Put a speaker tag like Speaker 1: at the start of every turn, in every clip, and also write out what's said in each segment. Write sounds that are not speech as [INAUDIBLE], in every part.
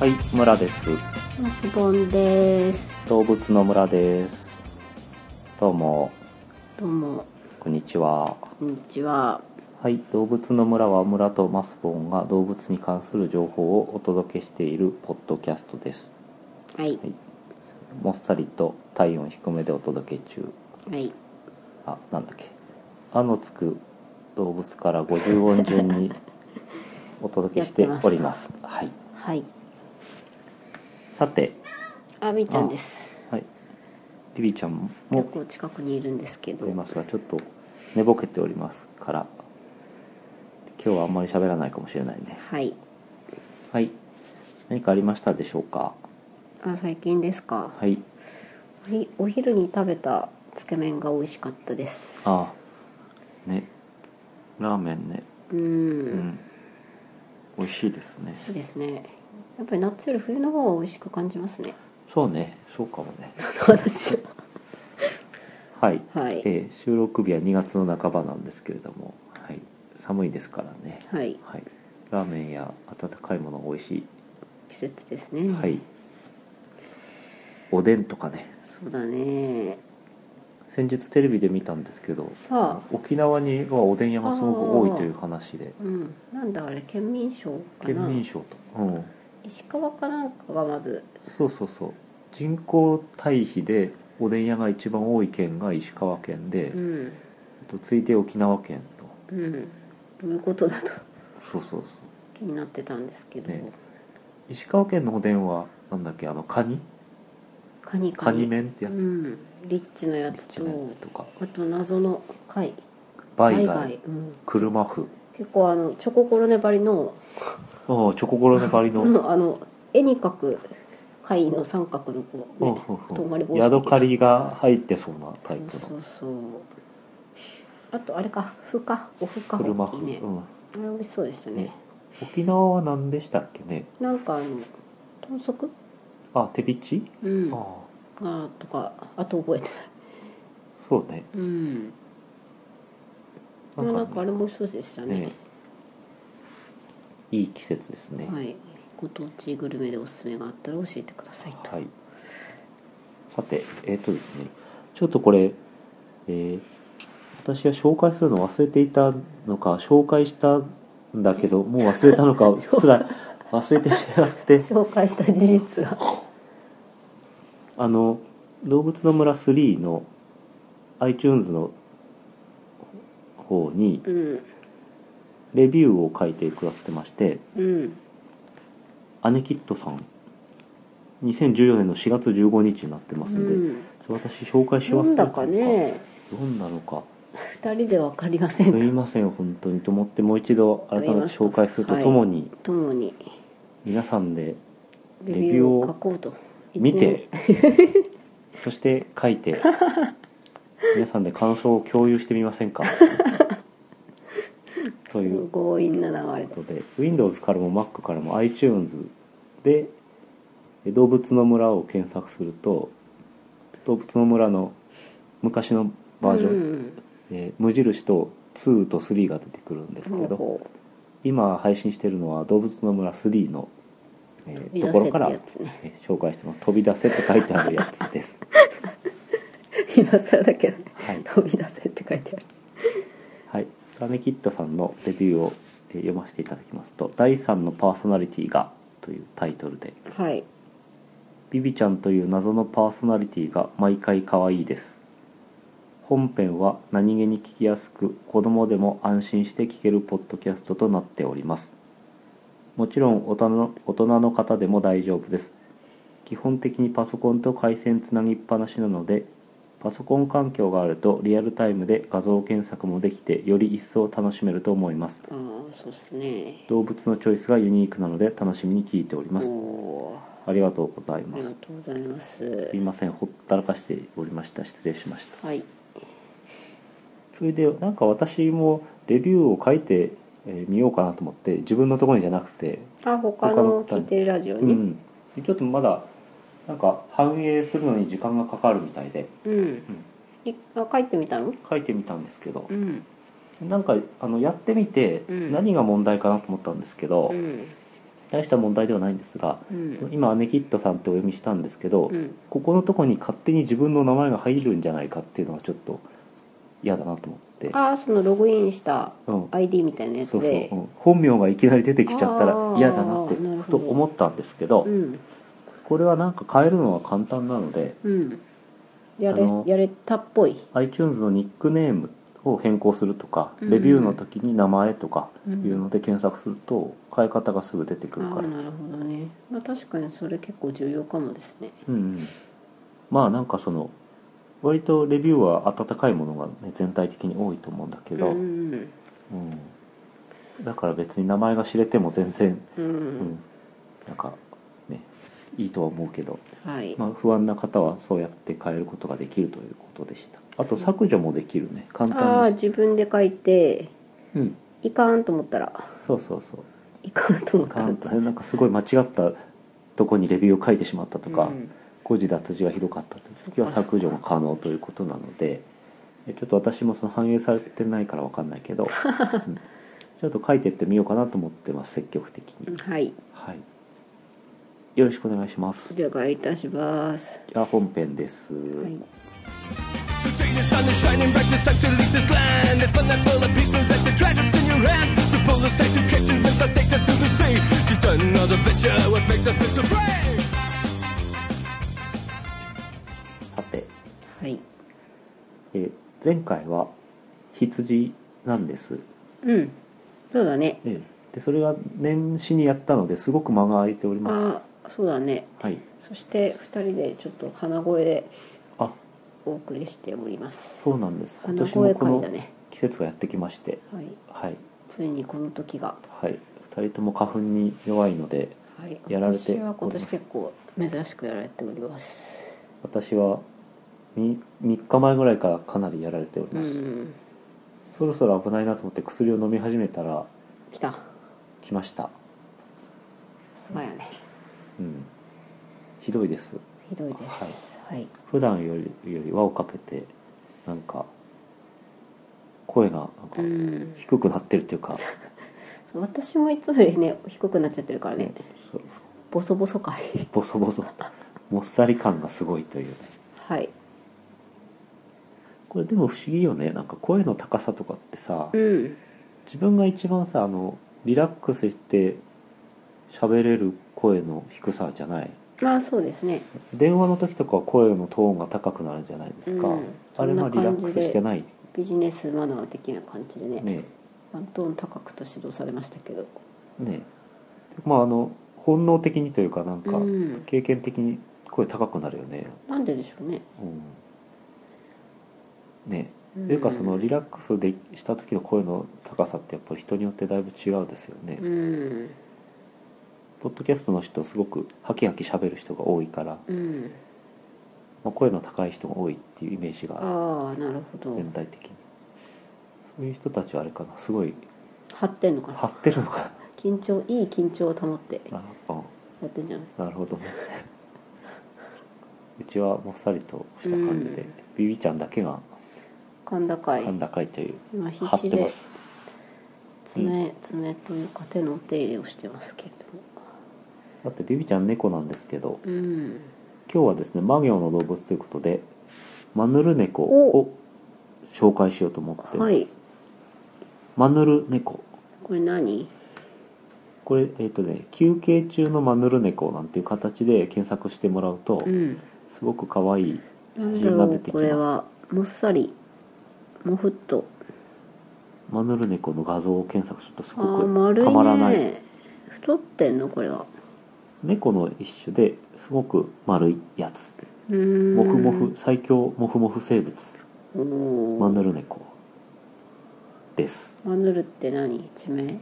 Speaker 1: はい、村です。
Speaker 2: マスボンです。
Speaker 1: 動物の村です。どうも、
Speaker 2: どうも、
Speaker 1: こんにちは。
Speaker 2: こんにちは。
Speaker 1: はい、動物の村は村とマスボンが動物に関する情報をお届けしているポッドキャストです。
Speaker 2: はい、
Speaker 1: もっさりと体温低めでお届け中。
Speaker 2: はい、
Speaker 1: あ、なんだっけ。あのつく動物から50音順にお届けしております。はい。
Speaker 2: はい。
Speaker 1: さて、
Speaker 2: あ、みーちゃんです。
Speaker 1: はい、リビちゃん
Speaker 2: 結
Speaker 1: も
Speaker 2: 構近くにいるんですけ
Speaker 1: お
Speaker 2: ど
Speaker 1: り。ますがちょっと寝ぼけておりますから今日はあんまり喋らないかもしれないね
Speaker 2: はい。
Speaker 1: はい何かありましたでしょうか
Speaker 2: あ、最近ですか。
Speaker 1: はい
Speaker 2: はい、お昼に食べたつけ麺が美味しかったです。
Speaker 1: ああねラーメンね
Speaker 2: う。
Speaker 1: うんん美味しいですね
Speaker 2: そうですね。やっぱり夏より冬の方が美味しく感
Speaker 1: [LAUGHS]
Speaker 2: じますね。
Speaker 1: そうねそうかもね
Speaker 2: 私は。
Speaker 1: はい、
Speaker 2: はい
Speaker 1: えー収録日は2月の半ばなんですけれども、はい、寒いですからね、
Speaker 2: はい。
Speaker 1: はい、ラーメンや温かいもの美味しい、
Speaker 2: 季節ですね。
Speaker 1: はい、おでんとかね
Speaker 2: そうだね。
Speaker 1: 先日テレビで見たんですけど、
Speaker 2: はあ
Speaker 1: 沖縄にはおでん屋がすごく多いという話で
Speaker 2: うん。なんだあれ、県民賞か
Speaker 1: 県
Speaker 2: な。
Speaker 1: 民賞と、うん、
Speaker 2: 石川かなんかがまず。
Speaker 1: そうそうそう人口対比でおでん屋が一番多い県が石川県で、
Speaker 2: うん。
Speaker 1: と次いで沖縄県と
Speaker 2: うん、どういうことだと
Speaker 1: そうそうそう
Speaker 2: 気になってたんですけど、
Speaker 1: ね石川県のおでんはなんだっけあのカニ
Speaker 2: カニ
Speaker 1: カニ麺ってやつ、
Speaker 2: うん、リッチのや
Speaker 1: リ
Speaker 2: つ
Speaker 1: ッチ
Speaker 2: と
Speaker 1: なやつとか
Speaker 2: あと謎の貝
Speaker 1: バイ
Speaker 2: 貝
Speaker 1: ガイ
Speaker 2: 貝うん、
Speaker 1: 車麩
Speaker 2: 結構あのチョココロネバリの
Speaker 1: ああチョココロネバリの、
Speaker 2: うんあの絵に描く貝の三角のこう、
Speaker 1: うん
Speaker 2: ね
Speaker 1: うん
Speaker 2: とんがり
Speaker 1: う
Speaker 2: 帽
Speaker 1: ん
Speaker 2: 子
Speaker 1: ヤドカリが入ってそうなタイプ
Speaker 2: そ
Speaker 1: の
Speaker 2: うそうそうあとあれかふかおふか
Speaker 1: 車
Speaker 2: ほ
Speaker 1: 麩、
Speaker 2: きね、
Speaker 1: うん
Speaker 2: あれ美味しそうでしたね
Speaker 1: ね沖縄は何でしたっけね
Speaker 2: なんかあの豚足、
Speaker 1: あ手びち、
Speaker 2: うん、
Speaker 1: あ
Speaker 2: が
Speaker 1: あ
Speaker 2: とかあと覚えてない
Speaker 1: そうね
Speaker 2: うんなんかあれも一つでしたね
Speaker 1: ねいい季節ですね
Speaker 2: はいご当地グルメでおすすめがあったら教えてくださいと、
Speaker 1: はい、さてえっ、とですねちょっとこれ、えー私が紹介するの忘れていたのか紹介したんだけどもう忘れたの
Speaker 2: [LAUGHS]
Speaker 1: かすら忘れてしまって
Speaker 2: 紹介した事実が
Speaker 1: あの「動物の村3」の iTunes の方に
Speaker 2: うん
Speaker 1: レビューを書いてくださってまして
Speaker 2: うん
Speaker 1: アネキットさん2014年の4月15日になってますんで、
Speaker 2: うん
Speaker 1: 私紹介し忘
Speaker 2: 読ん
Speaker 1: れた
Speaker 2: だ
Speaker 1: の
Speaker 2: かね
Speaker 1: 読んだのか
Speaker 2: 二人でわかりますせん
Speaker 1: いません本当にと思ってもう一度改めて紹介するとともに、
Speaker 2: ともに
Speaker 1: 皆さんで
Speaker 2: レビューを書こうと
Speaker 1: 見
Speaker 2: 一 [LAUGHS]
Speaker 1: てそして書いて皆さんで感想を共有してみません
Speaker 2: [LAUGHS]
Speaker 1: かと
Speaker 2: 年
Speaker 1: いう
Speaker 2: すごい強引な流れ
Speaker 1: と
Speaker 2: で
Speaker 1: いうことで Windows からも Mac からも iTunes で「動物の村」を検索すると「動物の村」の昔のバージョン、
Speaker 2: うん
Speaker 1: えー無印と2と3が出てくるんですけど
Speaker 2: こう
Speaker 1: 今配信してるのは「動物の村3の」えー
Speaker 2: 飛び
Speaker 1: と
Speaker 2: 出
Speaker 1: ころ
Speaker 2: せって
Speaker 1: から、
Speaker 2: やつ [LAUGHS] ね
Speaker 1: えー紹介してます「飛び出せ」って書いてあるやつ
Speaker 2: [LAUGHS]
Speaker 1: です、
Speaker 2: 今更だけどね
Speaker 1: はい
Speaker 2: 飛び出せって書いてある
Speaker 1: はい、ラメキットさんのレビューをえー読ませていただきますと「第3のパーソナリティが」というタイトルで
Speaker 2: はい
Speaker 1: ビビちゃんという謎のパーソナリティが毎回可愛いです本編は何気に聞きやすく子供でも安心して聞けるポッドキャストとなっておりますもちろん大人の大人の方でも大丈夫です基本的にパソコンと回線つなぎっぱなしなのでパソコン環境があるとリアルタイムで画像検索もできてより一層楽しめると思います
Speaker 2: ああそうですね
Speaker 1: 動物のチョイスがユニークなので楽しみに聞いており
Speaker 2: お
Speaker 1: ます
Speaker 2: お
Speaker 1: ありがとうござい
Speaker 2: ーあ
Speaker 1: ま
Speaker 2: り
Speaker 1: す
Speaker 2: がとうございます
Speaker 1: すいませんほったらかしておりました失礼しました
Speaker 2: はい
Speaker 1: それでなんか私もレビューを書いてえーみようかなと思って自分のところにじゃなくて、
Speaker 2: あ他
Speaker 1: 他の
Speaker 2: の聞いてるラジオ
Speaker 1: う
Speaker 2: に
Speaker 1: ん、でちょっとまだなんか反映するのに時間がかかるみたいで
Speaker 2: うん、いあ書いてみたの
Speaker 1: 書いてみたんですけど
Speaker 2: うん
Speaker 1: なんかあのやってみて
Speaker 2: うん
Speaker 1: 何が問題かなと思ったんですけど、
Speaker 2: うん
Speaker 1: 大した問題ではないんですが、
Speaker 2: う
Speaker 1: その
Speaker 2: ん
Speaker 1: 今アネキットさんってお読みしたんですけど、
Speaker 2: うん
Speaker 1: ここのとこに勝手に自分の名前が入るんじゃないかっていうのはちょっと嫌だなと思って、
Speaker 2: ああそのログインした
Speaker 1: うん、
Speaker 2: ID みたいなや
Speaker 1: そう
Speaker 2: つ
Speaker 1: そう、
Speaker 2: で
Speaker 1: うん本名がいきなり出てきちゃったら嫌だなって
Speaker 2: あーなる
Speaker 1: ふと
Speaker 2: ほど
Speaker 1: 思ったんですけど、
Speaker 2: うん
Speaker 1: これはなんか変えるのは簡単なので
Speaker 2: うんやれ
Speaker 1: あの
Speaker 2: やれたっぽい
Speaker 1: iTunes のニックネームを変更するとか、
Speaker 2: うん
Speaker 1: レビューの時に名前とか
Speaker 2: うん
Speaker 1: いうので検索すると変え方がすぐ出てくる
Speaker 2: あ
Speaker 1: か
Speaker 2: あ
Speaker 1: ら、うん
Speaker 2: なるほどね、まあ、確かにそれ結構重要かもですね
Speaker 1: うんまあなんかその割とレビューは温かいものが、ね、全体的に多いと思うんだけど、
Speaker 2: うん
Speaker 1: うんだから別に名前が知れても全然、
Speaker 2: うん、う
Speaker 1: うん
Speaker 2: ん
Speaker 1: なんかねいいとは思うけど、
Speaker 2: はい、
Speaker 1: まあ、不安な方はそうやって変えることができるということでしたあと削除もできるね簡
Speaker 2: ああ
Speaker 1: 単です
Speaker 2: 自分で書いて
Speaker 1: うん
Speaker 2: いかんと思ったら
Speaker 1: そうそうそう
Speaker 2: いかんと思ったら
Speaker 1: 簡単なんかすごい間違ったとこにレビューを書いてしまったとか、
Speaker 2: うん
Speaker 1: 誤字脱字がひどかったという時は削除が可能ということなのでえちょっと私もその反映されてないからわかんない
Speaker 2: [LAUGHS]
Speaker 1: けど、うんちょっと書いてってみようかなと思ってます積極的に、
Speaker 2: はい
Speaker 1: はいよろしくお願いします
Speaker 2: お願いいたします、
Speaker 1: じゃあ本編です、
Speaker 2: はい、
Speaker 3: The day the sun is shining bright, it's time to leave this land. It's fun and full of people that the treasure's in your hand. The bullets take to catch you and take us to the sea. Just another picture, what makes us Mr. Brave?
Speaker 1: さて、
Speaker 2: はい、
Speaker 1: え前回は羊なんです
Speaker 2: うんそうだね
Speaker 1: ええでそれは年始にやったのですごく間が空いております
Speaker 2: ああそうだね
Speaker 1: はい
Speaker 2: そして2人でちょっと鼻声で
Speaker 1: あ
Speaker 2: お送りしております
Speaker 1: そうなんです今
Speaker 2: 鼻
Speaker 1: 年も
Speaker 2: 声
Speaker 1: こ
Speaker 2: 会
Speaker 1: の
Speaker 2: だね
Speaker 1: 季節がやってきまして
Speaker 2: はい
Speaker 1: はい
Speaker 2: ついにこの時が
Speaker 1: はい2人とも花粉に弱いので
Speaker 2: はい
Speaker 1: やられてお
Speaker 2: 私
Speaker 1: ります
Speaker 2: は今年結構珍しくやられております
Speaker 1: 私は 3, 日前ぐらいからかなりやられており
Speaker 2: う
Speaker 1: ます、
Speaker 2: ん
Speaker 1: そろそろ危ないなと思って薬を飲み始めたら
Speaker 2: 来た
Speaker 1: 来ました
Speaker 2: そうやね
Speaker 1: うんひどいです
Speaker 2: ひどいですはい、
Speaker 1: 普段よりより輪をかけてなんか声が
Speaker 2: う
Speaker 1: なんか
Speaker 2: ん
Speaker 1: 低くなってるっていうか、
Speaker 2: そう私もいつもよりね低くなっちゃってるからね
Speaker 1: そうそう
Speaker 2: ボソボソかい
Speaker 1: ボソボソともっさり感がすごいというね
Speaker 2: はい
Speaker 1: これでも不思議よねなんか声の高さとかってさ
Speaker 2: うん
Speaker 1: 自分が一番さあのリラックスして喋れる声の低さじゃない
Speaker 2: まあそうですね
Speaker 1: 電話の時とかは声のトーンが高くなるじゃないですか、
Speaker 2: うん
Speaker 1: あれまあ
Speaker 2: そ
Speaker 1: リ
Speaker 2: んな
Speaker 1: ラ
Speaker 2: 感
Speaker 1: ッ
Speaker 2: じで
Speaker 1: クスしてない
Speaker 2: ビジネスマナー的な感じでね
Speaker 1: ね
Speaker 2: ワントーン高くと指導されましたけど
Speaker 1: ねまああの本能的にというかなんか
Speaker 2: うん
Speaker 1: 経験的に声高くなるよね、
Speaker 2: なんででしょうね
Speaker 1: うん、ねというかそのリラックスでした時の声の高さってやっぱり人によってだいぶ違うですよね、
Speaker 2: うん
Speaker 1: ポッドキャストの人すごくハキハキ喋る人が多いから、
Speaker 2: うん
Speaker 1: まあ、声の高い人が多いっていうイメージがある
Speaker 2: ああなるほど
Speaker 1: 全体的にそういう人たちはあれかなすごい
Speaker 2: 張ってんのか
Speaker 1: 張
Speaker 2: な
Speaker 1: ってるのか
Speaker 2: 緊張いい緊張を保って
Speaker 1: なあ
Speaker 2: やってんじゃない
Speaker 1: なるほどね [LAUGHS] うちはもっさりとした感じで、
Speaker 2: うん
Speaker 1: ビビちゃんだけが
Speaker 2: 甲高い
Speaker 1: 甲高いという、
Speaker 2: 今
Speaker 1: 張
Speaker 2: 必
Speaker 1: っ
Speaker 2: 死
Speaker 1: てま
Speaker 2: です爪爪というか手のお手入れをしてますけど
Speaker 1: だってビビちゃん猫なんですけど
Speaker 2: うん
Speaker 1: 今日はですね魔行の動物ということでマヌル猫を紹介しようと思ってます、
Speaker 2: はい
Speaker 1: マヌル猫
Speaker 2: これ何
Speaker 1: これえっ、とね休憩中のマヌル猫なんていう形で検索してもらうと、
Speaker 2: うん
Speaker 1: すごく可愛い写
Speaker 2: なんだ
Speaker 1: 真が
Speaker 2: ろ
Speaker 1: 出
Speaker 2: う
Speaker 1: てき
Speaker 2: これ
Speaker 1: ま
Speaker 2: はもっさりもふっと
Speaker 1: すマヌル猫の画像を検索するとす
Speaker 2: あ
Speaker 1: ご
Speaker 2: ー
Speaker 1: く
Speaker 2: 丸
Speaker 1: たまらない
Speaker 2: いね太ってんのこれは
Speaker 1: 猫の一種ですごく丸いやつ
Speaker 2: うーん
Speaker 1: モフモフ最強モフモフ生物
Speaker 2: おー
Speaker 1: マヌル猫です
Speaker 2: マヌルって何地名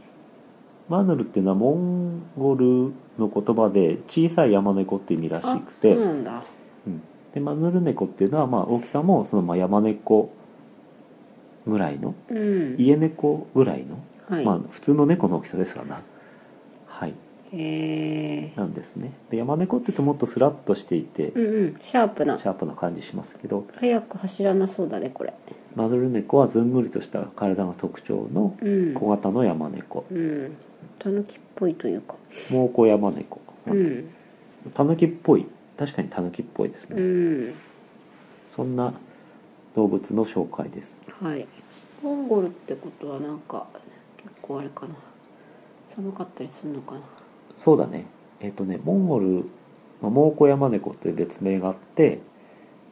Speaker 1: マヌルっていうのはモンゴルの言葉で小さい山猫って意味らし
Speaker 2: あ
Speaker 1: く
Speaker 2: そ
Speaker 1: て
Speaker 2: うなんだ
Speaker 1: うんでマヌル猫っていうのはまあ大きさもそのまあ山猫ぐらいの
Speaker 2: うん
Speaker 1: 家猫ぐらいの、
Speaker 2: はい、
Speaker 1: まあ普通の猫の大きさですからなはい
Speaker 2: へえ
Speaker 1: なんですねで山猫って言うともっとスラッとしていて、
Speaker 2: うんうんシャープな
Speaker 1: シャープな感じしますけど
Speaker 2: 早く走らなそうだねこれ
Speaker 1: マドルネコはずんぐりとした体が特徴の
Speaker 2: うん
Speaker 1: 小型の山猫
Speaker 2: うんたぬきっぽいというか
Speaker 1: 猛虎山猫
Speaker 2: うん
Speaker 1: タヌキっぽい確かにタヌキっぽいですね、
Speaker 2: うん
Speaker 1: そんな動物の紹介です
Speaker 2: はいモンゴルってことはなんか結構あれかな寒かったりするのかな
Speaker 1: そうだねえっ、とねモンゴルまあモウコヤマネコという別名があって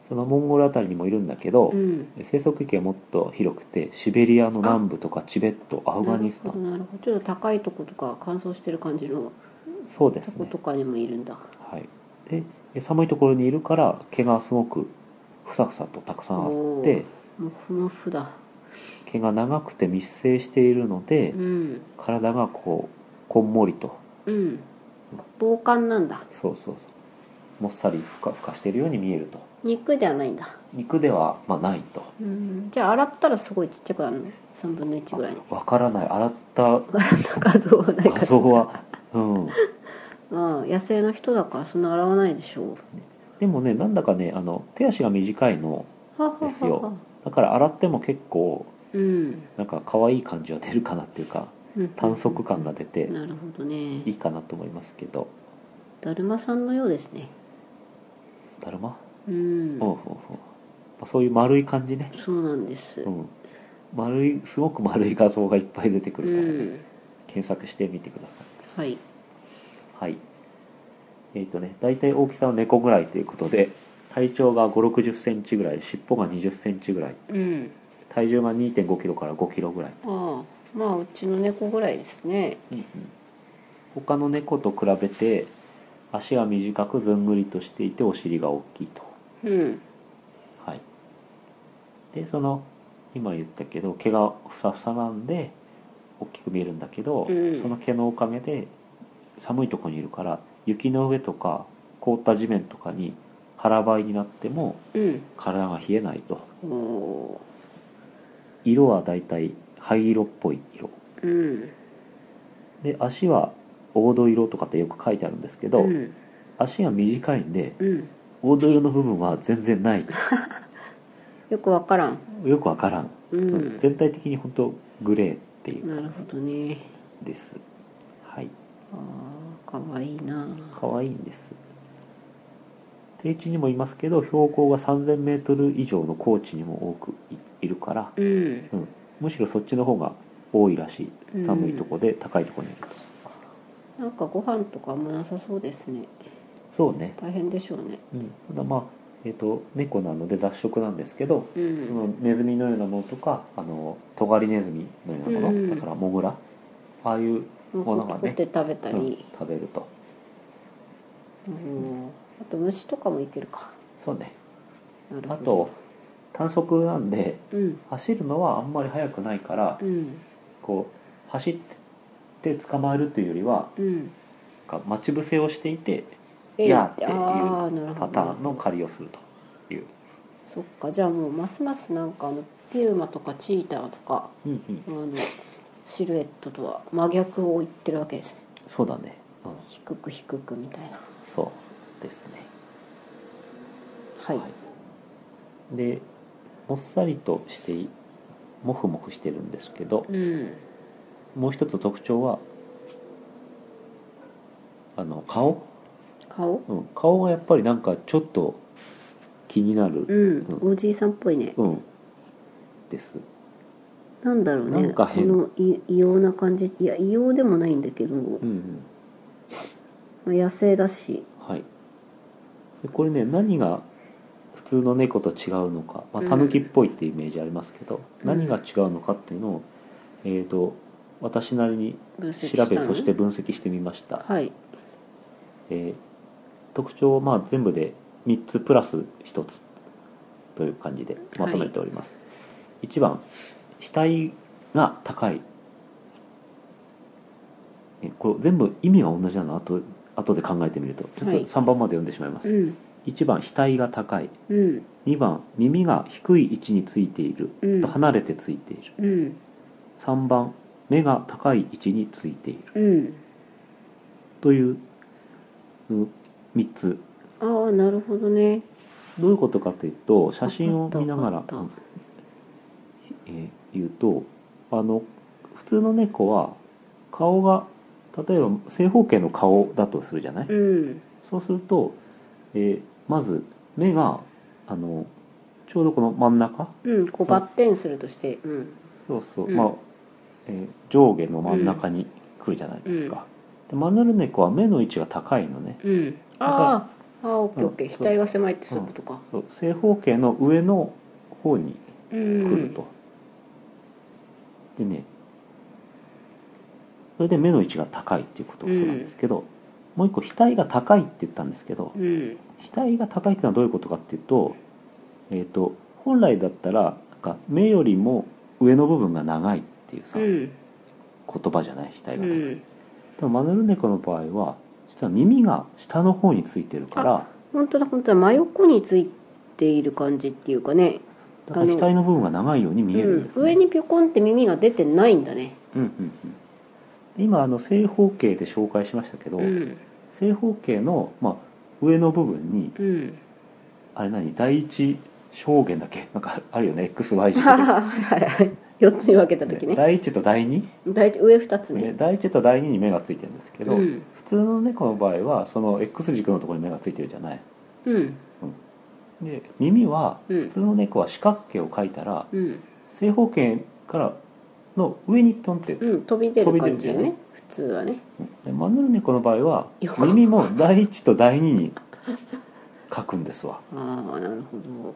Speaker 1: そのモンゴルあたりにもいるんだけど、
Speaker 2: うん
Speaker 1: 生息域はもっと広くてシベリアの南部とかチベットアフガニスタン
Speaker 2: なるほどなるほどちょっと高いとことか乾燥してる感じの
Speaker 1: そうで
Speaker 2: と
Speaker 1: す
Speaker 2: こ
Speaker 1: ね
Speaker 2: とかにもいるんだ、
Speaker 1: はいでえ寒いところにいるから毛がすごくふさふさとたくさんあっ
Speaker 2: お
Speaker 1: て
Speaker 2: ーもふもふだ
Speaker 1: 毛が長くて密生しているので、
Speaker 2: うん
Speaker 1: 体がこうこんもりと
Speaker 2: うん防寒なんだ
Speaker 1: そうそうそうもっさりふかふかしてるように見えると
Speaker 2: 肉ではないんだ
Speaker 1: 肉ではまあないと
Speaker 2: うんじゃあ洗ったらすごいちっちゃくなるの3分の1ぐらいに
Speaker 1: わからない洗った
Speaker 2: 洗った画像はないから
Speaker 1: 画像はうん
Speaker 2: うん野生の人だからそんな洗わないでしょ
Speaker 1: でもねなんだかねあの手足が短いの
Speaker 2: うはははは
Speaker 1: ですよだから洗っても結構
Speaker 2: うん
Speaker 1: なんか可愛い感じは出るかなっていうか
Speaker 2: うん
Speaker 1: 短足感が出て
Speaker 2: なるほどね
Speaker 1: いいかなと思いますけど
Speaker 2: だるまさんのようですね
Speaker 1: だるま
Speaker 2: うん
Speaker 1: うんうんうんまあそういう丸い感じね
Speaker 2: そうなんです
Speaker 1: うん丸いすごく丸い画像がいっぱい出てく
Speaker 2: う
Speaker 1: るからね
Speaker 2: ん
Speaker 1: 検索してみてください
Speaker 2: はい
Speaker 1: はい。えっ、とね、大体大きさは猫ぐらいということで、体長が5、60センチぐらい、尻尾が20センチぐらい、
Speaker 2: うん
Speaker 1: 体重が2.5キロから5キロぐらい。
Speaker 2: ああまあうちの猫ぐらいですね
Speaker 1: 他の猫と比べて、足が短くずんぐりとしていて、お尻が大きいと。
Speaker 2: うん
Speaker 1: はい。で、その、今言ったけど、毛がふさふさなんで、大きく見えるんだけど、
Speaker 2: うん
Speaker 1: その毛のおかげで、寒いとこにいるから、雪の上とか、凍った地面とかに腹ばいになっても、
Speaker 2: うん
Speaker 1: 体が冷えないと
Speaker 2: おー
Speaker 1: 色はだいたい灰色っぽい色
Speaker 2: うん
Speaker 1: で足は黄土色とかってよく書いてあるんですけど、
Speaker 2: うん
Speaker 1: 足が短いんで
Speaker 2: うん
Speaker 1: 黄土色の部分は全然ない
Speaker 2: よくわからん
Speaker 1: よくわからん、
Speaker 2: うん
Speaker 1: 全体的に本当グレーっていう
Speaker 2: なるほどね
Speaker 1: ですはい
Speaker 2: ああかわいいな
Speaker 1: 可愛いんです低地にもいますけど標高が3 0 0 0ル以上の高地にも多くいいるから、
Speaker 2: うん
Speaker 1: うん、むしろそっちの方が多いらし
Speaker 2: う
Speaker 1: い
Speaker 2: ん
Speaker 1: 寒いとこで高いとこにいると、
Speaker 2: なんかご飯とかもなさそうですね
Speaker 1: そうね
Speaker 2: 大変でしょうね
Speaker 1: うん、ただまあ、えー、と猫なので雑食なんですけど、
Speaker 2: う
Speaker 1: そ
Speaker 2: ん
Speaker 1: のネズミのようなものとかあのトガリネズミのようなもの、
Speaker 2: うん
Speaker 1: だからモグラああいうもの
Speaker 2: も
Speaker 1: が
Speaker 2: う掘
Speaker 1: ね
Speaker 2: って食べた
Speaker 1: うん
Speaker 2: り、
Speaker 1: 食べると
Speaker 2: うんあと虫とかもいけるか
Speaker 1: そうね
Speaker 2: なる
Speaker 1: あ
Speaker 2: ほど
Speaker 1: と単足なんで
Speaker 2: うん
Speaker 1: 走るのはあんまり速くないから、
Speaker 2: うん
Speaker 1: こう走って捕まえるというよりは
Speaker 2: うん
Speaker 1: なんか待ち伏せをしていて「
Speaker 2: えい
Speaker 1: やー」ってい
Speaker 2: あーなる
Speaker 1: う
Speaker 2: ほど
Speaker 1: パターンの狩りをするという、
Speaker 2: そっかじゃあもうますますなんかあのピューマとかチーターとか
Speaker 1: うんうん
Speaker 2: あ、のシルエットとは真逆を言ってるわけですね
Speaker 1: そうだね、うん、
Speaker 2: 低く低くみたいな
Speaker 1: そうですね
Speaker 2: はい、
Speaker 1: はい、でもっさりとしていもふもふしてるんですけど
Speaker 2: うん
Speaker 1: もう一つ特徴はあの顔、
Speaker 2: 顔
Speaker 1: うん、顔がやっぱりなんかちょっと気にな
Speaker 2: う
Speaker 1: る
Speaker 2: ん、
Speaker 1: う
Speaker 2: おじいさんっぽいね
Speaker 1: うん、です
Speaker 2: なんだろうね
Speaker 1: なんか変
Speaker 2: このい異様な感じいや異様でもないんだけど、
Speaker 1: うん、うん、
Speaker 2: まあ野生だし
Speaker 1: はいでこれね何が普通の猫と違うのかまあ
Speaker 2: うん
Speaker 1: タヌキっぽいってイメージありますけど、
Speaker 2: うん
Speaker 1: 何が違うのかっていうのをえー、と私なりに
Speaker 2: 分析した
Speaker 1: 調
Speaker 2: の
Speaker 1: べそして分析してみました、
Speaker 2: はい
Speaker 1: えー特徴をまあ全部で3つプラス1つという感じでまとめております、1番死体が高いえこれ全部意味は同じなのあと後で考えてみるとちょっと
Speaker 2: はい
Speaker 1: 3番まで読んでしまいます、
Speaker 2: うん
Speaker 1: 1番死体が高い
Speaker 2: うん
Speaker 1: 2番耳が低い位置についている、
Speaker 2: うん
Speaker 1: 離れてついている
Speaker 2: うん
Speaker 1: 3番目が高い位置についている
Speaker 2: うん
Speaker 1: という3つ
Speaker 2: ああなるほどね
Speaker 1: どういうことかというと写真を見なが
Speaker 2: わ
Speaker 1: ら
Speaker 2: かったわかっ
Speaker 1: えー言うとあの普通の猫は顔が例えば正方形の顔だとするじゃない、
Speaker 2: うん
Speaker 1: そうすると、えーまず目があのちょうどこの真ん中
Speaker 2: うんこうバッテンするとしてうん
Speaker 1: そうそう、
Speaker 2: うん
Speaker 1: まあ、えー上下の真ん中に来るじゃないですか、でマヌルネコは目の位置が高いのね
Speaker 2: うんあーあーオッケーオッケ
Speaker 1: う
Speaker 2: ー
Speaker 1: ん
Speaker 2: 額が狭いってそういうことか
Speaker 1: そう正方形の上の方に
Speaker 2: う
Speaker 1: 来る
Speaker 2: ん
Speaker 1: と、でねそれで目の位置が高いっていうことをするんですけど、もう一個額が高いって言ったんですけど、
Speaker 2: うん
Speaker 1: 額が高いってのはどういうことかっていうと,、えー、と本来だったらなんか目よりも上の部分が長いっていうさ、
Speaker 2: うん
Speaker 1: 言葉じゃない額が
Speaker 2: う
Speaker 1: 高い、で
Speaker 2: ん
Speaker 1: もマヌルネコの場合は実は耳が下の方についてるから
Speaker 2: 本当だ本当だ真横についている感じっていうかね
Speaker 1: だから額の部分が長いように見えるんです、
Speaker 2: うん、
Speaker 1: ね
Speaker 2: 上にピョコンって耳が出てないんだね
Speaker 1: うんうんうんで今あの正方形で紹介しましたけど、
Speaker 2: うん
Speaker 1: 正方形の、まあ、上の部分に
Speaker 2: うん
Speaker 1: あれ何第一象限だっけなんかあるよね
Speaker 2: [LAUGHS]
Speaker 1: XYG
Speaker 2: はいはいはい4つに分けた時
Speaker 1: で
Speaker 2: ね
Speaker 1: 第一と第二
Speaker 2: 第一上2つ
Speaker 1: で
Speaker 2: ね
Speaker 1: 第一と第二に目がついてるんですけど、
Speaker 2: うん
Speaker 1: 普通の猫の場合はその X 軸のところに目がついてるじゃない
Speaker 2: うん
Speaker 1: で耳は
Speaker 2: うん
Speaker 1: 普通の猫は四角形を描いたら、
Speaker 2: うん、
Speaker 1: 正方形からの上にピョンって、
Speaker 2: うん、飛び出る感じ
Speaker 1: 飛び出
Speaker 2: だよ
Speaker 1: る
Speaker 2: ね
Speaker 1: ね
Speaker 2: 普通はね
Speaker 1: でマヌルネコの場合は
Speaker 2: 横
Speaker 1: 耳も第一と第二に描くんですわ
Speaker 2: ああなるほど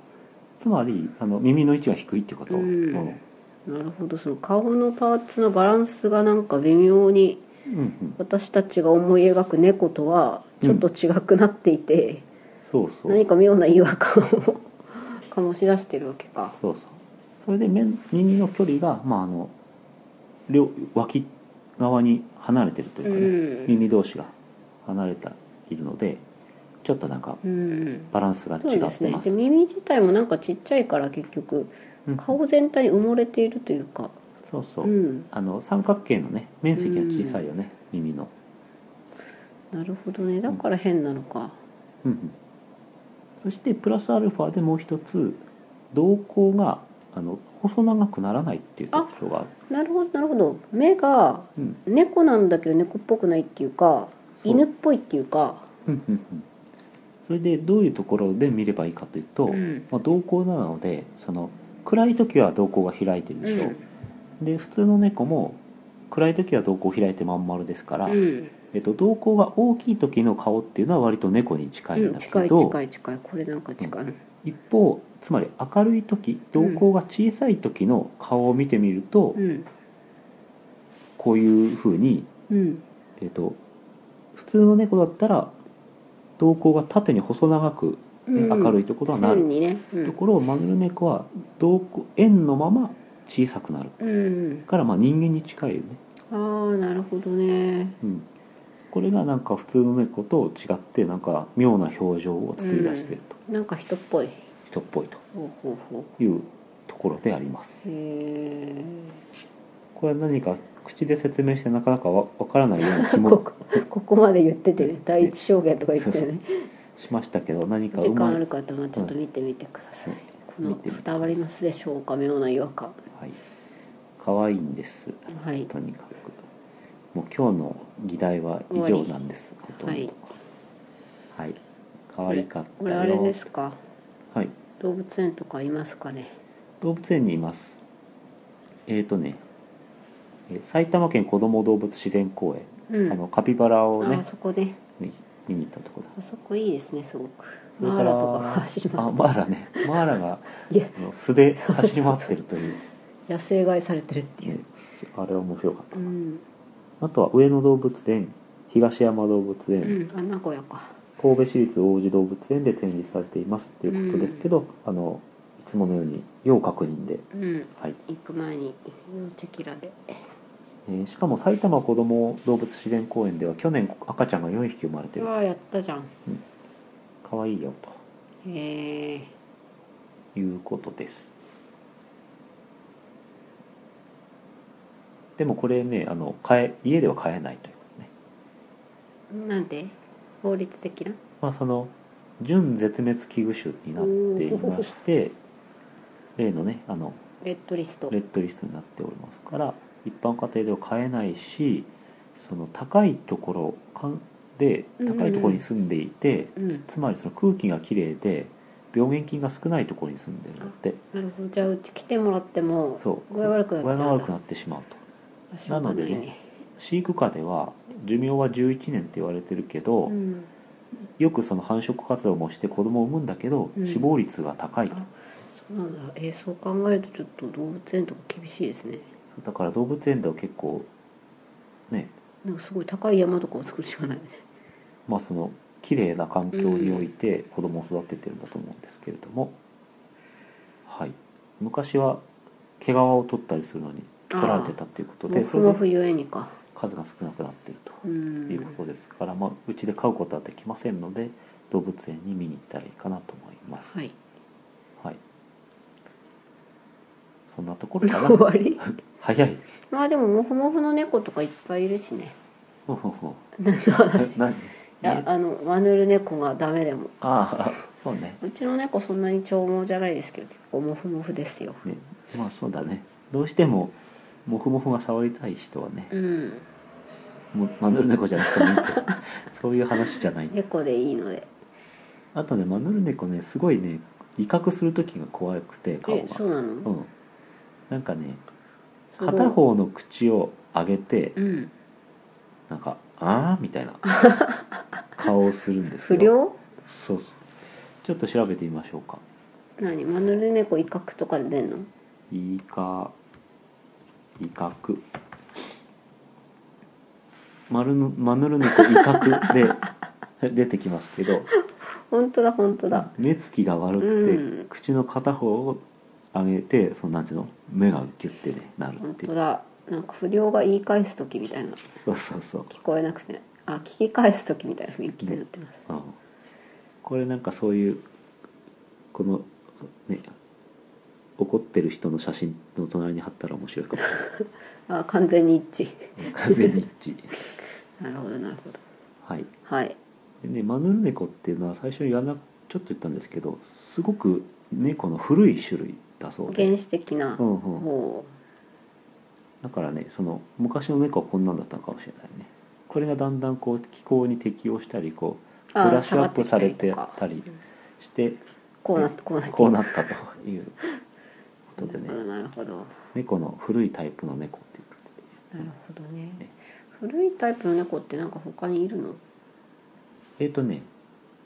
Speaker 1: つまりあの耳の位置が低いってこと、
Speaker 2: うん
Speaker 1: うん
Speaker 2: なるほどその顔のパーツのバランスがなんか微妙に
Speaker 1: うんうん、
Speaker 2: 私たちが思い描く猫とはちょっと違くなっていて、
Speaker 1: そうそう
Speaker 2: 何か妙な違和感を [LAUGHS] 醸し出してるわけか
Speaker 1: そうそうそれで目耳の距離が、まあ、あの両脇側に離れてるというかね、
Speaker 2: うん
Speaker 1: 耳同士が離れているのでちょっとなんか
Speaker 2: うん
Speaker 1: バランスが
Speaker 2: そう
Speaker 1: 違って
Speaker 2: で
Speaker 1: ますす
Speaker 2: ねで耳自体もなんかちっちゃいから結局
Speaker 1: うん
Speaker 2: 顔全体に埋もれているというか
Speaker 1: そうそう、
Speaker 2: うん
Speaker 1: あの三角形のね面積が小さいよね、耳の、
Speaker 2: なるほどねだから変なのか
Speaker 1: うんうん、そしてプラスアルファでもう一つ瞳孔があの細長くならないっていう特徴がある
Speaker 2: なるほどなるほど目が
Speaker 1: うん
Speaker 2: 猫なんだけど猫っぽくないっていうか
Speaker 1: そう
Speaker 2: 犬っぽいっていうか
Speaker 1: うんうんうんそれでどういうところで見ればいいかというと、
Speaker 2: うん
Speaker 1: まあ、瞳孔なのでその暗い時は瞳孔が開いてるでしょ、で普通の猫も暗い時は瞳孔開いてまん丸ですから、
Speaker 2: うん
Speaker 1: えっと、瞳孔が大きい時の顔っていうのは割と猫に近いんだけど、
Speaker 2: 近い近い近いこれなんか近い、
Speaker 1: 一方つまり明るい時瞳孔が小さい時の顔を見てみると、
Speaker 2: うん
Speaker 1: こういうふうに、
Speaker 2: うん
Speaker 1: えっと、普通の猫だったら瞳孔が縦に細長く、ね
Speaker 2: うん
Speaker 1: 明るいところはなる
Speaker 2: 線にねうん
Speaker 1: ところをマヌルネコは瞳孔円のまま小さくなる
Speaker 2: うん
Speaker 1: だからまあ人間に近いよね、
Speaker 2: ああなるほどね
Speaker 1: うん、これがなんか普通の猫と違ってなんか妙な表情を作り出していると、
Speaker 2: なんか人っぽい
Speaker 1: 人っぽいと
Speaker 2: ほうほうほ
Speaker 1: いうところであります
Speaker 2: うへえ
Speaker 1: これは何か口で説明してなかなかわわからないような気
Speaker 2: こ [LAUGHS]
Speaker 1: も
Speaker 2: こここまで言って
Speaker 1: [LAUGHS]
Speaker 2: てね第一証言とか言ってね
Speaker 1: しましたけど何か
Speaker 2: 時
Speaker 1: うま
Speaker 2: 間あ
Speaker 1: い
Speaker 2: る、方はちょっと見てみてください、
Speaker 1: はい
Speaker 2: この伝わりますでしょうか妙な違和感
Speaker 1: はい、可愛いんです
Speaker 2: はい
Speaker 1: とにかくもう今日の議題は以上なんですほとんど
Speaker 2: はい
Speaker 1: はい可愛かった
Speaker 2: これ
Speaker 1: よ
Speaker 2: あれですか
Speaker 1: はい
Speaker 2: 動物園とかいますかね
Speaker 1: 動物園にいますえっ、ー、とねえー埼玉県こども動物自然公園、
Speaker 2: うん
Speaker 1: あのカピバラを
Speaker 2: あ
Speaker 1: ね
Speaker 2: あそこね
Speaker 1: ね見に行ったところ
Speaker 2: あそこいいですねすごく
Speaker 1: それ
Speaker 2: マ
Speaker 1: か
Speaker 2: ー
Speaker 1: ら
Speaker 2: ラとかが走り
Speaker 1: あ
Speaker 2: 回っ
Speaker 1: マーラねマーラが
Speaker 2: いや
Speaker 1: あの素で走り回ってるという、
Speaker 2: て野生買いされてるってい
Speaker 1: ね
Speaker 2: う、
Speaker 1: あれは面白かっ
Speaker 2: うん、
Speaker 1: たあとは上野動物園東山動物
Speaker 2: う
Speaker 1: 園、
Speaker 2: ん、あ名古屋か
Speaker 1: 神戸市立王子動物園で展示されていますっていうことですけど、あのいつものように要確認で、
Speaker 2: うん
Speaker 1: はい
Speaker 2: 行く前に要チェキラで
Speaker 1: えーしかも埼玉こども動物自然公園では去年赤ちゃんが4匹生まれて
Speaker 2: う
Speaker 1: る
Speaker 2: わやったじゃん
Speaker 1: かわいいよ
Speaker 2: へえ
Speaker 1: ということですでもこれねあの買え家では買えないということね
Speaker 2: なんで法律的な
Speaker 1: まあその準絶滅危惧種になっていまして例のねあの
Speaker 2: レッドリスト
Speaker 1: レッドリストになっておりますから一般家庭では買えないしその高いところかで
Speaker 2: うんうんうん
Speaker 1: 高いところに住んでいて、
Speaker 2: うん
Speaker 1: つまりその空気がきれいで病原菌が少ないところに住んでるので
Speaker 2: なるほどじゃあうち来てもらっても
Speaker 1: そう
Speaker 2: 具合悪くなっち
Speaker 1: 具合が
Speaker 2: ゃうん
Speaker 1: 悪
Speaker 2: だ
Speaker 1: くなってしまうと
Speaker 2: あしょうがい
Speaker 1: なのでね飼育下では寿命は11年って言われてるけど、
Speaker 2: うん、
Speaker 1: よくその繁殖活動もして子供を産むんだけど、
Speaker 2: うん
Speaker 1: 死亡率が高いと
Speaker 2: あそうなんだえーそう考えるとちょっと動物園とか厳しいですね
Speaker 1: だから動物園では結構ね
Speaker 2: なんかすごい高い山とかを作るしかないね
Speaker 1: まあその綺麗な環境において子供を育ててるんだと思うんですけれども、はい昔は毛皮を取ったりするのに取られてたっていうことで
Speaker 2: も
Speaker 1: そ
Speaker 2: ふ
Speaker 1: れ
Speaker 2: も
Speaker 1: で
Speaker 2: ふゆえにか
Speaker 1: 数が少なくなってると
Speaker 2: うん
Speaker 1: いうことですから、まあ、うちで飼うことはできませんので動物園に見に行ったらいいかなと思います。
Speaker 2: はい
Speaker 1: はい、そんなところか
Speaker 2: [LAUGHS] 終わ
Speaker 1: な
Speaker 2: り
Speaker 1: 早い
Speaker 2: まあでもモフモフの猫とかいっぱいいるしね
Speaker 1: ほうほうほう
Speaker 2: 何の話い
Speaker 1: 何
Speaker 2: やあのマヌル猫がダメでも
Speaker 1: ああそうね
Speaker 2: うちの猫そんなに長毛じゃないですけど結構モフモフですよ
Speaker 1: ねまあそうだねどうしてもモフモフが触りたい人はね
Speaker 2: う、ん
Speaker 1: もうマヌルネコじゃなくてもいい
Speaker 2: [LAUGHS]
Speaker 1: けどそういう話じゃない
Speaker 2: 猫でいいので
Speaker 1: あとねマヌルネコねすごいね威嚇する時が怖くて顔
Speaker 2: え
Speaker 1: が
Speaker 2: そうなの、
Speaker 1: うんなんかね
Speaker 2: すごい
Speaker 1: 片方の口を上げて
Speaker 2: うん
Speaker 1: なんか「ああ」みたいな顔をするんですよ
Speaker 2: 不良
Speaker 1: そうそうちょっと調べてみましょうか
Speaker 2: 何マヌル猫威嚇とかで出んの
Speaker 1: いか威嚇マルヌマヌルネコ威
Speaker 2: [LAUGHS]
Speaker 1: 嚇で出てきますけど
Speaker 2: 本当だ本当だ
Speaker 1: 目つきが悪くて、
Speaker 2: うん
Speaker 1: 口の片方を上げてそのなんていうの目がギュッてねなるっ
Speaker 2: 本
Speaker 1: てい
Speaker 2: 当
Speaker 1: う
Speaker 2: だなんか不良が言い返す時みたいな
Speaker 1: そうそうそう、
Speaker 2: 聞こえなくてあ聞き返す時みたいな雰囲気になってます、
Speaker 1: うん、これなんかそういうこのね怒ってる人の写真の隣に貼ったら面白いかもし
Speaker 2: あ完全に一致
Speaker 1: れない完全に一致
Speaker 2: なるほどなるほど
Speaker 1: はい
Speaker 2: はい
Speaker 1: でねマヌルネコっていうのは最初に言わなちょっと言ったんですけどすごく猫の古い種類だそうで、
Speaker 2: 原始的な
Speaker 1: うんうん、
Speaker 2: 方
Speaker 1: だからねその昔の猫はこんなんだったのかもしれないねこれがだんだんこう気候に適応したりこうブ
Speaker 2: あー
Speaker 1: ラッシュアップされて
Speaker 2: 下がってき
Speaker 1: た
Speaker 2: た
Speaker 1: りして
Speaker 2: こうなってこうなって
Speaker 1: こうなったということでね
Speaker 2: なるほどなるほど
Speaker 1: 猫の古いタイプの猫っていうことで
Speaker 2: なるほどね
Speaker 1: ね
Speaker 2: 古いタイプの猫ってなんか他にいるの
Speaker 1: えっ、とね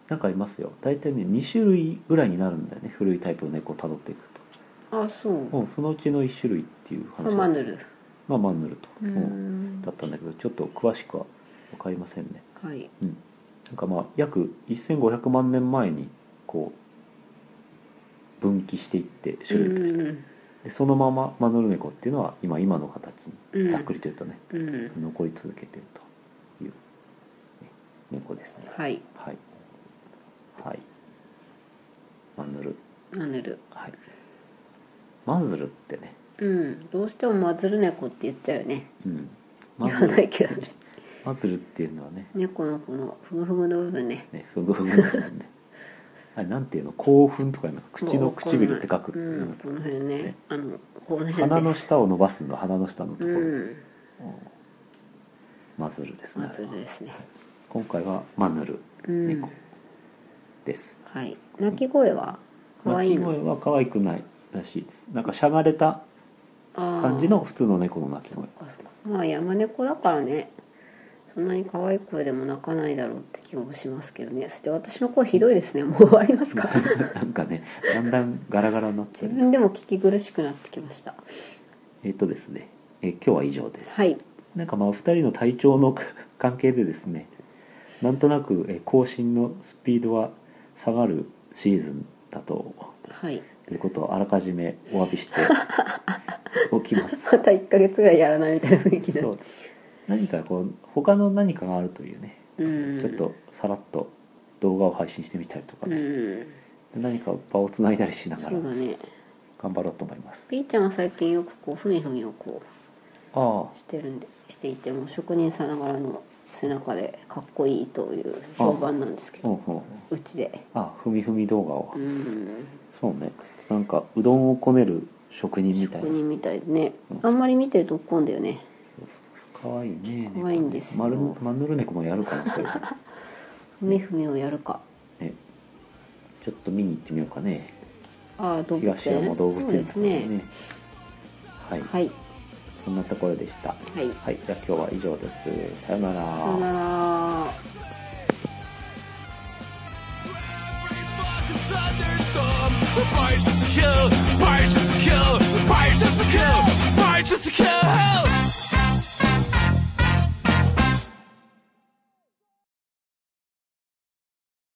Speaker 1: なんかいますよ大体ね2種類ぐらいになるんだよね古いタイプの猫をたどっていく
Speaker 2: あそう
Speaker 1: と、うん、そのうちの1種類っていう話だった
Speaker 2: マヌル
Speaker 1: まあマンヌルと、
Speaker 2: うー
Speaker 1: うん
Speaker 2: ん
Speaker 1: だったんだけどちょっと詳しくは分かりませんね、
Speaker 2: はい
Speaker 1: うん、なんかまあ約1500万年前にこう分岐していって種類として、
Speaker 2: うん
Speaker 1: でそのままマヌルネコっていうのは今今の形
Speaker 2: うん
Speaker 1: にざっくりというとね、
Speaker 2: うん
Speaker 1: 残り続けてるという、ね猫ですね
Speaker 2: はい
Speaker 1: はいはいマヌル
Speaker 2: マヌル
Speaker 1: はいマズルってね、
Speaker 2: うんどうしてもマズル猫って言っちゃうよね
Speaker 1: うん、マ
Speaker 2: 言わ
Speaker 1: ズ
Speaker 2: [LAUGHS] ない
Speaker 1: ル
Speaker 2: けどね
Speaker 1: マズルっていうのはね
Speaker 2: 猫のこのふぐふぐの部分ね
Speaker 1: ね、ふぐふぐなんで。 [LAUGHS] あれなんていうの、興奮とかいうの、口
Speaker 2: も
Speaker 1: の
Speaker 2: うこんな、
Speaker 1: 唇って書くっていううん
Speaker 2: この辺ね
Speaker 1: ね
Speaker 2: あのこの辺です
Speaker 1: 鼻の下を伸ばすの、鼻の下のとこ
Speaker 2: う
Speaker 1: ろ。
Speaker 2: ん
Speaker 1: マズルですね
Speaker 2: マ。ズルですね
Speaker 1: 今回はマヌル
Speaker 2: うん
Speaker 1: 猫です。
Speaker 2: はい鳴き声は可愛い
Speaker 1: 鳴き
Speaker 2: の
Speaker 1: 声は可愛くないらしいです。なんかしゃがれた
Speaker 2: 感
Speaker 1: 感じの普通の猫の鳴き
Speaker 2: そっ
Speaker 1: 声。 [LAUGHS]
Speaker 2: かそっかまあ山猫だからねそんなに可愛い声でも鳴かないだろうって気もしますけどねそして私の声ひどいですねもう終わりますか
Speaker 1: [LAUGHS] なんかね、だんだんガラガラになって
Speaker 2: 自
Speaker 1: る。
Speaker 2: 分でも聞き苦しくなってきました
Speaker 1: えっ、とですね、えー今日は以上です。
Speaker 2: はい
Speaker 1: なんかまあお二人の体調の関係でですねなんとなくえー更新のスピードは下がるシーズンだと
Speaker 2: はい
Speaker 1: いうことをあらかじめお詫びしておきます
Speaker 2: また1ヶ月ぐらいやらないみたいな雰囲気で
Speaker 1: そう何かこう他の何かがあるというね、
Speaker 2: うん
Speaker 1: ちょっとさらっと動画を配信してみたりとか
Speaker 2: う
Speaker 1: ね、
Speaker 2: ん
Speaker 1: 何か場をつないだりしながら
Speaker 2: そうだね
Speaker 1: 頑張ろうと思います、
Speaker 2: ピーちゃんは最近よくこうふみふみをこ
Speaker 1: あ
Speaker 2: うしてるんでしていてもう職人さながらの背中でかっこいいという評判なんですけ
Speaker 1: あう
Speaker 2: ど
Speaker 1: んうんうん
Speaker 2: うちで
Speaker 1: あ踏み踏み動画を、
Speaker 2: うん
Speaker 1: そうねなんかうどんをこねる職人みたい
Speaker 2: 職
Speaker 1: な
Speaker 2: 人みたいでねあんまり見てると怒んだよね
Speaker 1: かわいいね
Speaker 2: 可愛いんですよ
Speaker 1: マルマヌルネコもやるかなそれね
Speaker 2: ふめふめをやるか [LAUGHS]
Speaker 1: ちょっと見に行ってみようかね
Speaker 2: ああ動物園
Speaker 1: 東山動物園
Speaker 2: そうですね
Speaker 1: はい、
Speaker 2: はい
Speaker 1: そんなところでした
Speaker 2: はい
Speaker 1: はい、じゃあ今日は以上ですさようなら
Speaker 2: さよなら
Speaker 3: thunderstorm. The fire's just to kill, fire's just to kill, fire's just to kill, fire's just to kill.